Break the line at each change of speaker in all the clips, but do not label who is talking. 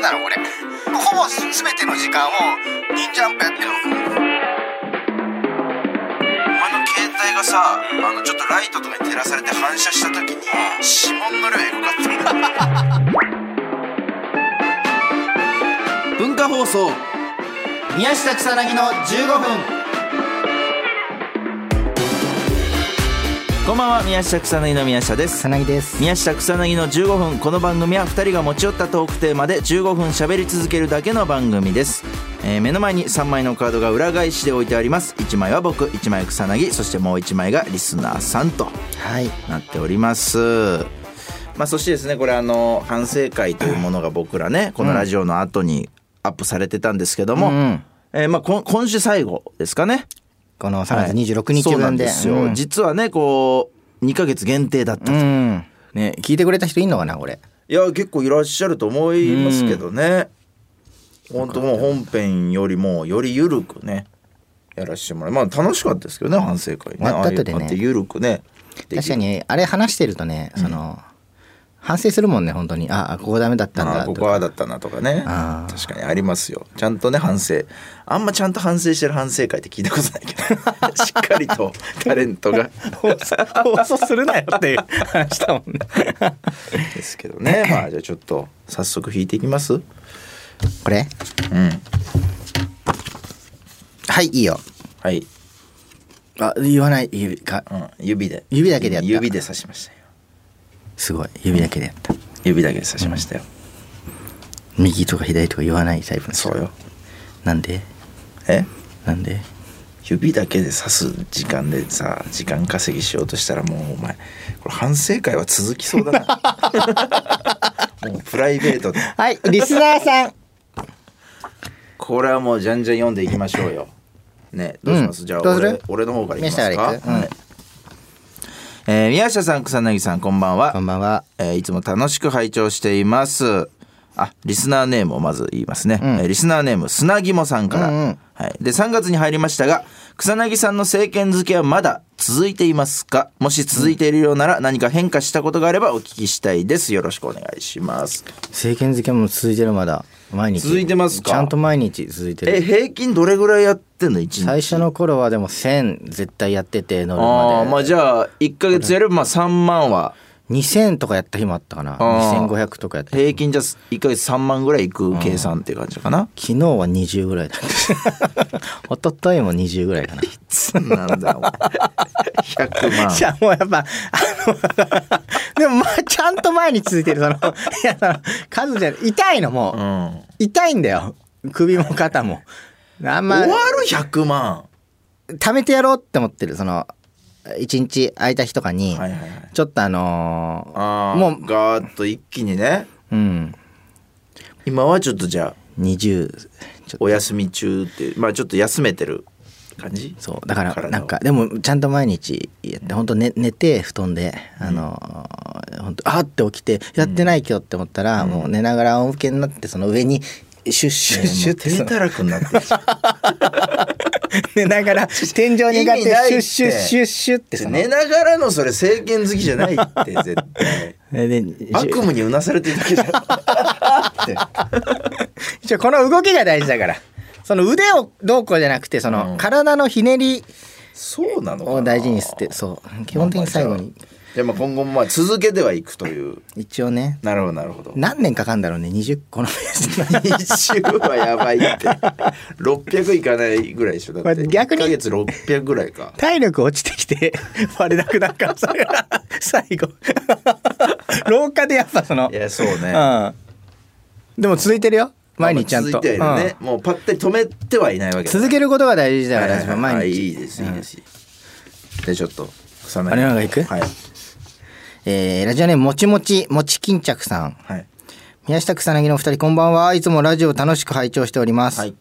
だろう俺ほぼ全ての時間を忍ジャンプやってる
お前の携帯がさあのちょっとライトとかに照らされて反射した時に指紋の量エグかった
文化放送
宮下草薙の15分
こんばんは宮下草薙の宮下です
草薙です
宮下草薙の15分この番組は2人が持ち寄ったトークテーマで15分喋り続けるだけの番組です、えー目の前に3枚のカードが裏返しで置いてあります1枚は僕1枚草薙そしてもう1枚がリスナーさんと
はい
なっておりますまあそしてですねこれあの反省会というものが僕らねこのラジオの後にアップされてたんですけども、
うん
えーまあ、こん今週最後ですかね
この3月26日
そうな
分
ん
で、
ですよ、
うん
実はねこう2ヶ月限定だったと、
うん
ね
聞いてくれた人いんのかなこれ
いや結構いらっしゃると思いますけどね、本当もう本編よりもより緩くねやらしてもらうまあ楽しかったですけどね反省会ね
終わった後でね
ああいうのって緩くねで
確かにあれ話してるとねその、反省するもんね本当にああここダメだったん
あ
だ
あ
と
こ
か
こはだったなとかね
あー
確かにありますよちゃんとね反省あんまちゃんと反省してる反省会って聞いたことないけ どしっかりとタレントが
放送するなよっていう話だもんね
ですけど ねまあじゃあちょっと早速弾いていきますうん
これはいいいよ
はい、
あ言わない指か
うん、指で
指だけでやった
指で刺しましたよ
すごい指だけでやった
指だけで刺しましたよ、
右とか左とか言わないタイプの人
そうよ
なんで
え
なんで
指だけで刺す時間でさ時間稼ぎしようとしたらもうお前これ反省会は続きそうだな もうプライベートで
はいリスナーさん
これはもうじゃんじゃん読んでいきましょうよねどうします、
うん
じゃあ
どうする
俺俺の方からいきます
宮
か
下からいくうん
はいえー宮下さん草薙さんこんばんは
こんばんは
えーいつも楽しく拝聴しています。あ、リスナーネームをまず言いますね。えーリスナーネーム、砂肝さんから、
うんうん
はい。で、3月に入りましたが、草薙さんの政権付けはまだ続いていますかもし続いているようなら何か変化したことがあればお聞きしたいです。よろしくお願いします。
政権付けも続いてるまだ毎日
続いてますか
ちゃんと毎日続いて
え、
る
平均どれぐらいやってんの一日。
最初の頃はでも1000絶対やってて乗る
ああ、ま
ま
あ
で
じゃあ、1ヶ月やればまあ3万は、
2000とかやった日もあったかな
あー
2500とかやった昨
平均じゃ1ヶ月3万ぐらいいく計算っていう感じかな。
日は20ぐら いだった一昨日も20ぐらいかな
なんだ、お 前100万。
じゃあもうやっぱ、あの、 でもまあちゃんと前に続いてる、その、いや、その、数じゃない痛いのもう、
うん。
痛いんだよ。首も肩も。あんま
終、わる100万
貯めてやろうって思ってる、その、一日空いた日とかに、
はいはいはい
ちょっとあのー
あも
も
うガーッと一気にね
う、うん、
今はちょっとじゃあ
20、ちょっと、
お休み中ってまあちょっと休めてる感じ
そう、だから、
体を
なんか、でも、ちゃんと毎日やって、本当寝寝て、布団で、あのー、本当あーって起きて、やってないけどって思ったら、もう寝ながら仰向けになって、その上に、シュッシュッシュッって
もう
そ
手
の
たらくになってるじゃん
寝ながら天井に上がって
意味ないっ
シュ
て
ッシュッシュッシュッってその
寝ながらのそれ政権好きじゃないって絶 対
で
悪夢にうなされてるだけじゃん
一応この動きが大事だからその腕をどうこうじゃなくてその体のひねり
そうなのか
を
な
大事にしてそう基本的に最後に
じゃあまあ今後もまあ続けてはいくという
一応ね
なるほどなる ほど
何年かかんだろうね20個のペース
20はやばいって600いかないぐらいでしょだって
これ逆に
1ヶ月600ぐらいか
体力落ちてきて割れなくなるからさ最後廊下でやっぱその
いやそうね
うんでも続いてるよ毎日ちゃんと
まあ続いてはいるね
う、
もうパッて止めてはいないわけ
ん続けることが大事だ
は
か
いは
ら
い
やっ
は
ぱ
い
毎日
いいですいいです、じゃあちょっと草薙
あれなんか行く
はい
えーラジオネームもちもちもち巾着さん
はい
宮下草薙のお二人こんばんはいつもラジオを楽しく拝聴しております、
はい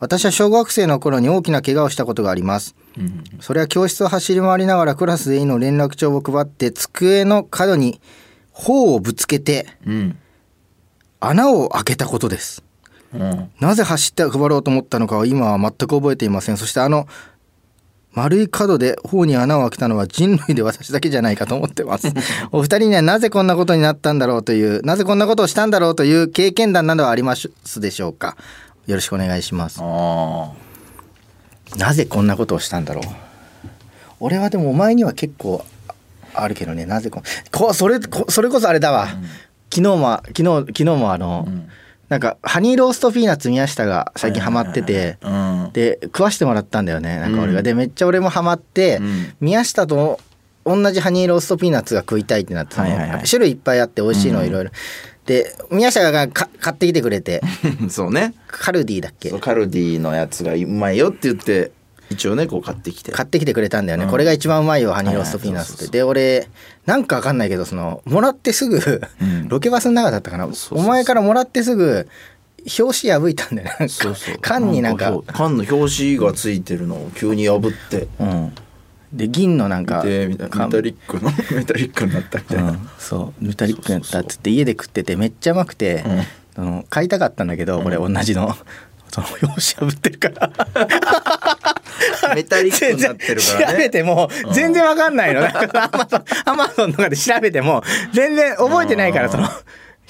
私は小学生の頃に大きな怪我をしたことがあります、
ん
それは教室を走り回りながらクラス全員の連絡帳を配って机の角に頬をぶつけて
うん
穴を開けたことです
うん
なぜ走って配ろうと思ったのかは今は全く覚えていませんそしてあの丸い角で頬に穴を開けたのは人類で私だけじゃないかと思ってます。お二人にはなぜこんなことになったんだろうという、なぜこんなことをしたんだろうという経験談などはありますでしょうか。よろしくお願いします。
あ
なぜこんなことをしたんだろう。俺はでもお前には結構ああるけどね、なぜここそれこそれこそあれだわ。昨日も昨日昨日もあの、
ん
なんかハニーローストピーナッツ宮下が最近ハマってて。
あうん
で食わしてもらったんだよねなんか俺が、
うん
でめっちゃ俺もハマって、
うん
宮下と同じハニーローストピーナッツが食いたいってなって、その
はいはいはい
種類いっぱいあって美味しいのいろいろ、で宮下がか買ってきてくれて
そうね
カルディだっけ
そうカルディのやつがうまいよって言って一応ねこう買ってきて
買ってきてくれたんだよね、
うん
これが一番うまいよハニーローストピーナッツって、
はいはいそうそうそう
で俺なんかわかんないけどそのもらってすぐ、
ん
ロケバスの中だったかな
そうそうそう
お前からもらってすぐ表紙破いたんだよねなんか
そうそう
缶になんか
そう缶の表紙がついてるのを急に破って
うん、で銀のなんか
でみたいなメタリックの メタリックになったみたいな、
そうメタリックやったっつって家で食っててめっちゃうまくて、あの買いたかったんだけど俺同じの。その表紙破ってるから
メタリックになってるから
調
ね
べても全然わかんないの、なんかアマゾンとかで調べても全然覚えてないからその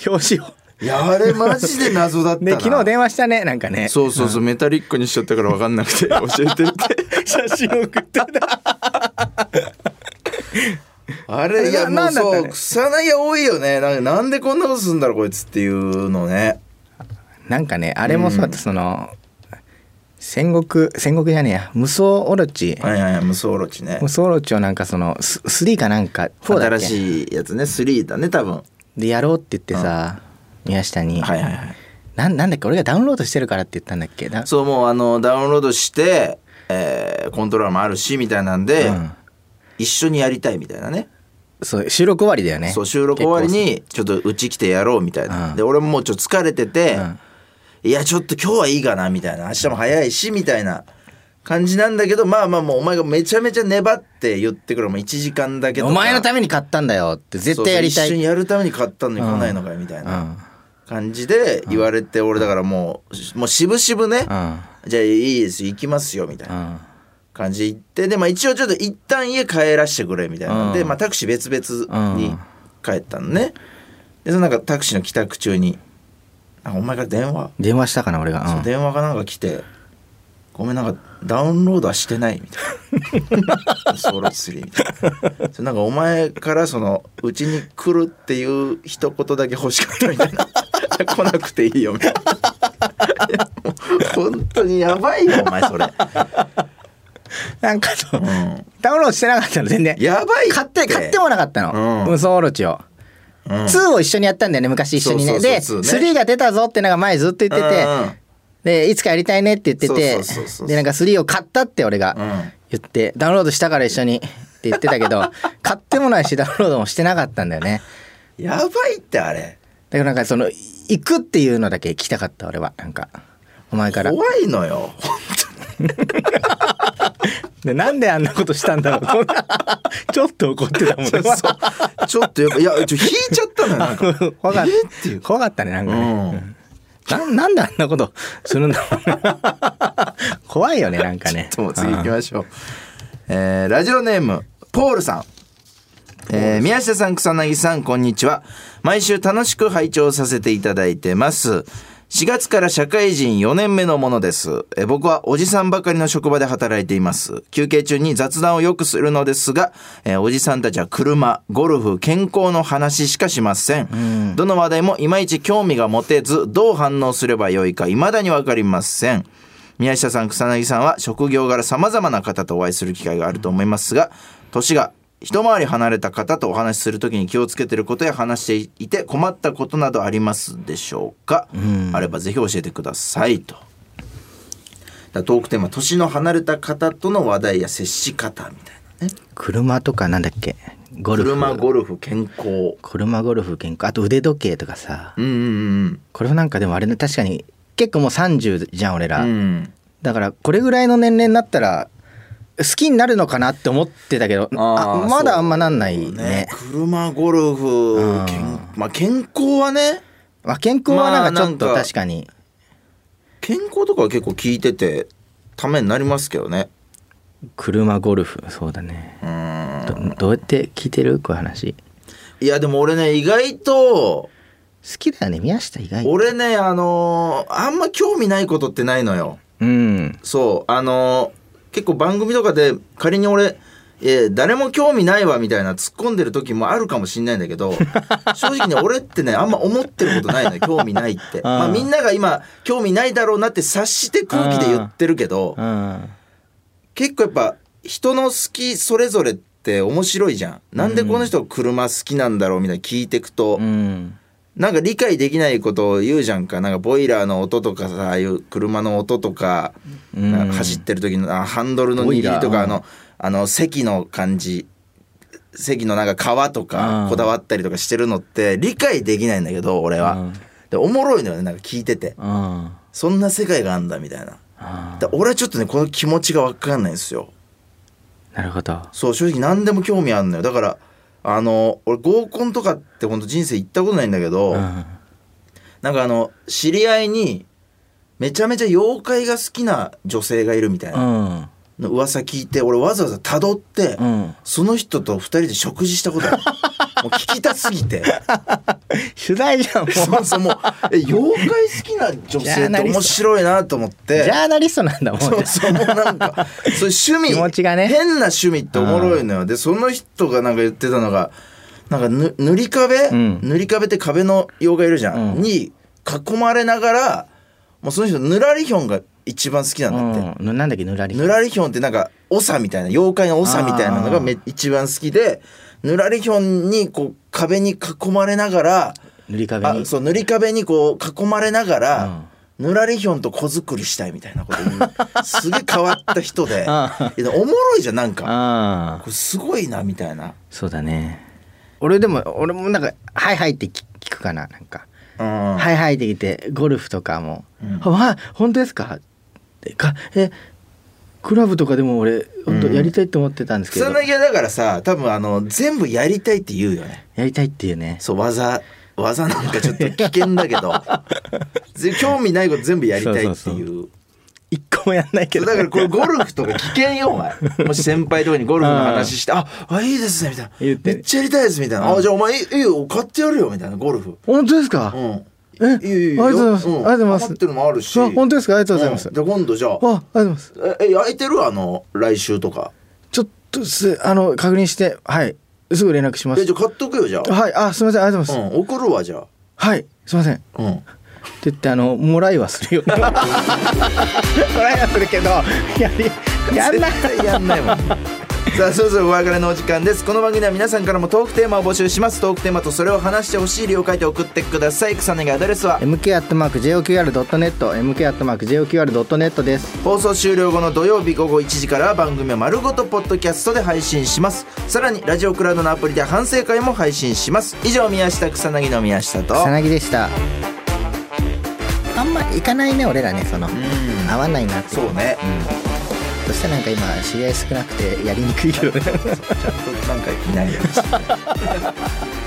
表紙を
いやあれマジで謎だったな
で昨日電話したねなんかね
そうそうそう、メタリックにしちゃったから分かんな くて教えてって
写真送ってた
あれいやも
な
う
なんだった
そう
ね
草薙多いよねなんかなんでこんなことするんだろうこいつっていうのね
なんかねあれもそうだったその戦国戦国じゃねえや無双オロチ、
はいはいはい無双オロチね
無双オロチをなんかそのス3かなんか4だっけ
新しいやつね3だね多分は
でやろうって言ってさ、宮下に、
いはいはい
なんなんだっけ俺がダウンロードしてるからって言ったんだっけだ
そうもうあのダウンロードして、えーコントローラーもあるしみたいなんで、
うん
一緒にやりたいみたいなね
そう収録終わりだよね
そう収録終わりにちょっとうち来てやろうみたいな、
うん
で俺ももうちょっと疲れてて、
うん
いやちょっと今日はいいかなみたいな明日も早いしみたいな感じなんだけどまあまあもうお前がめちゃめちゃ粘って言ってくるもう1時間だけ
結
と
構
か
お前のために買ったんだよって絶対やりたい
そうそう一緒にやるために買ったのに来ないのかよみたいな感じで言われて俺だからもうもう渋々ね、
うんうん
じゃあいいですよ行きますよみたいな
うん
感じで行ってで、まあ、一応ちょっと一旦家帰らしてくれみたいな、
うん
で、まあ、タクシー別々
う
に
ん
帰ったのね、でそのなんかタクシーの帰宅中にあお前から電話、
電話したかな俺が、
そう
うん
電話がなんか来て「ごめんなんかダウンロードはしてない」み たいな「ソロ3」みたいなそれなんかお前からその「うちに来る」っていう一言だけ欲しかったみたいな「来なくていいよ」み たいな。いやもう本当にやばいよお前それ、
なんかそう、
うん、
ダウンロードしてなかったの全然
やばいって
買って買ってもなかったの、
うん
無双オロチ
うん
を、2を一緒にやったんだよね昔一緒にね
そうそうそうそうね
で3が出たぞってなんか前ずっと言ってて、でいつかやりたいねって言ってて
そうそうそうそう
でなんか3を買ったって俺が
うんうんうん
言ってダウンロードしたから一緒にって言ってたけ ど買ってもないしダウンロードもしてなかったんだよね
やばいってあれ
だからなんかその行くっていうのだけ聞きたかった俺はなんかお前から
怖いのよ
でなんであんなことしたんだろう こんなちょっと怒ってたもんね
ちょっとやっぱいやちょ引いちゃったのよなん か
怖かっ
えっていう
た怖かったねなんかね、
うん
なんなんであんなことするんだろうね怖いよね なんかね
もう次行きましょう、えーラジオネームポールさんえー宮下さん草薙さんこんにちは毎週楽しく拝聴させていただいてます4月から社会人4年目のものです、えー僕はおじさんばかりの職場で働いています休憩中に雑談をよくするのですが、えーおじさんたちは車ゴルフ健康の話しかしません、どの話題もいまいち興味が持てずどう反応すればよいか未だに分かりません宮下さん草薙さんは職業柄様々な方とお会いする機会があると思いますが年が一回り離れた方とお話しするときに気をつけてることや話していて困ったことなどありますでしょうか、あればぜひ教えてくださいと。だからトークテーマ年の離れた方との話題や接し方みたいなね
車とかなんだっけゴルフ
車ゴルフ健康
車ゴルフ健康あと腕時計とかさ
うんうん
これはなんかでもあれね確かに結構もう30じゃん俺
うん
ら、
うん
だからこれぐらいの年齢になったら好きになるのかなって思ってたけどあ
ー
まだあんまなんないね
そう車ゴルフ
うん
健まあ健康はね
まあ、健康はなんかちょっ
まあ
と
なんか
確かに、
健康とかは結構聞いててためになりますけどね
車ゴルフそうだね
うん
どどうやって聞いてるこういう話
いやでも俺ね意外と
好きだよね宮下意外と
俺ねあのーあんま興味ないことってないのよ
うん
そうあのー結構番組とかで仮に俺えー誰も興味ないわみたいな突っ込んでる時もあるかもしんないんだけ ど正直ね俺ってねあんま思ってることないのよ興味ないって、まあ、みんなが今興味ないだろうなって察して空気で言ってるけど
うん
結構やっぱ人の好きそれぞれって面白いじゃんなんでこの人車好きなんだろうみたいな聞いてくと、
うん
なんか理解できないことを言うじゃんかなんかボイラーの音とかさああいう車の音とか,、
うん
走ってる時のあハンドルの握りと
ボイラー
かあのあの席の感じ席のなんか皮と
う
か
ん
こだわったりとかしてるのって理解できないんだけど俺は、
うん
でおもろいのよねなんか聞いてて
うん
そんな世界があんだみたいな
あー
で俺はちょっとねこの気持ちが分かんないんですよ
なるほど
そう正直何でも興味あんのよだからあの俺合コンとかってほんと人生行ったことないんだけど、
うん
なんかあの知り合いにめちゃめちゃ妖怪が好きな女性がいるみたいうなんの噂聞いて俺わざわざ辿って、
うん
その人と2人で食事した ことあるもう聞きたすぎて
取材じゃんもう
そもそもえ妖怪好きな女性って面白いなと思って
ジャーナリストなんだもん
そうそうもうなんか そういう趣味
気持ちがね
変な趣味っておもろいのよでその人がなんか言ってたのがなんかぬ塗り壁、
ん
塗り壁って壁の妖怪いるじゃん、
うん
に囲まれながらもうその人ぬらりひょんが一番好きなんだって、
うん、なんだっけぬらり
ぬらりひょんってなんか長みたいな妖怪の長みたいなのがめ一番好きでぬらりひょんにこう壁に囲まれながら
塗り壁に
あそう塗り壁にこう囲まれながら、
うん
ぬらりひょんと子作りしたいみたいなこと言うすげえ変わった人 でいやでもおもろいじゃんなんか
あ
こ
あ
れすごいなみたいな
そうだね俺でも俺もなんか「はいはい」って聞聞くかななんか「
うん、
はいはい」って聞いてゴルフとかも「
うん
あわ本当ですか?」ってかえクラブとかでも俺本当やりたいと思ってたんですけど、
草薙はだからさ多分あの全部やりたいって言うよね
やりたいっていうね
そう技技なんかちょっと危険だけどぜ興味ないこと全部やりたいっていう
そうそう一個もやんないけ
そう
ど
だからこれゴルフとか危険よお前もし先輩とかにゴルフの話 して「ああいいですね」みたいな「
言って
めっちゃやりたいです」みたいな「あじゃあお前いいいよ買ってやるよ」みたいなゴルフ。
本当ですか、
うん
え
いいよいいよ
ありがとうございます、
うん
ありがとうございます
余ってるのもあるし
あ本当ですかありがとうございます、
んじゃあ今度じゃあ
あありがとうございます
ええ空いてるあの来週とか
ちょっとすあの確認してはいすぐ連絡しま
え
す
じゃあ買っとくよじゃあ、
はいあすみませんありがとうございます、
うん、送るわじゃあ
はいすみませんって
うん
言ってあのもらいはす るよもらいはするけどやりやんな
絶対やんないもん さあそろそろお別れのお時間ですこの番組では皆さんからもトークテーマを募集しますトークテーマとそれを話してほしい理由を書いて送ってください草薙アドレスは
mk.joqr.net mk.joqr.net です
放送終了後の土曜日午後1時からは番組を丸ごとポッドキャストで配信しますさらにラジオクラウドのアプリで反省会も配信します以上宮下草薙の宮下と
草薙でしたあんま行かないね俺らねその
ん
合わないなって
そうね、
そしてなんか今知り合い少なくてやりにくいけどね
ちゃんとなんかいないようにして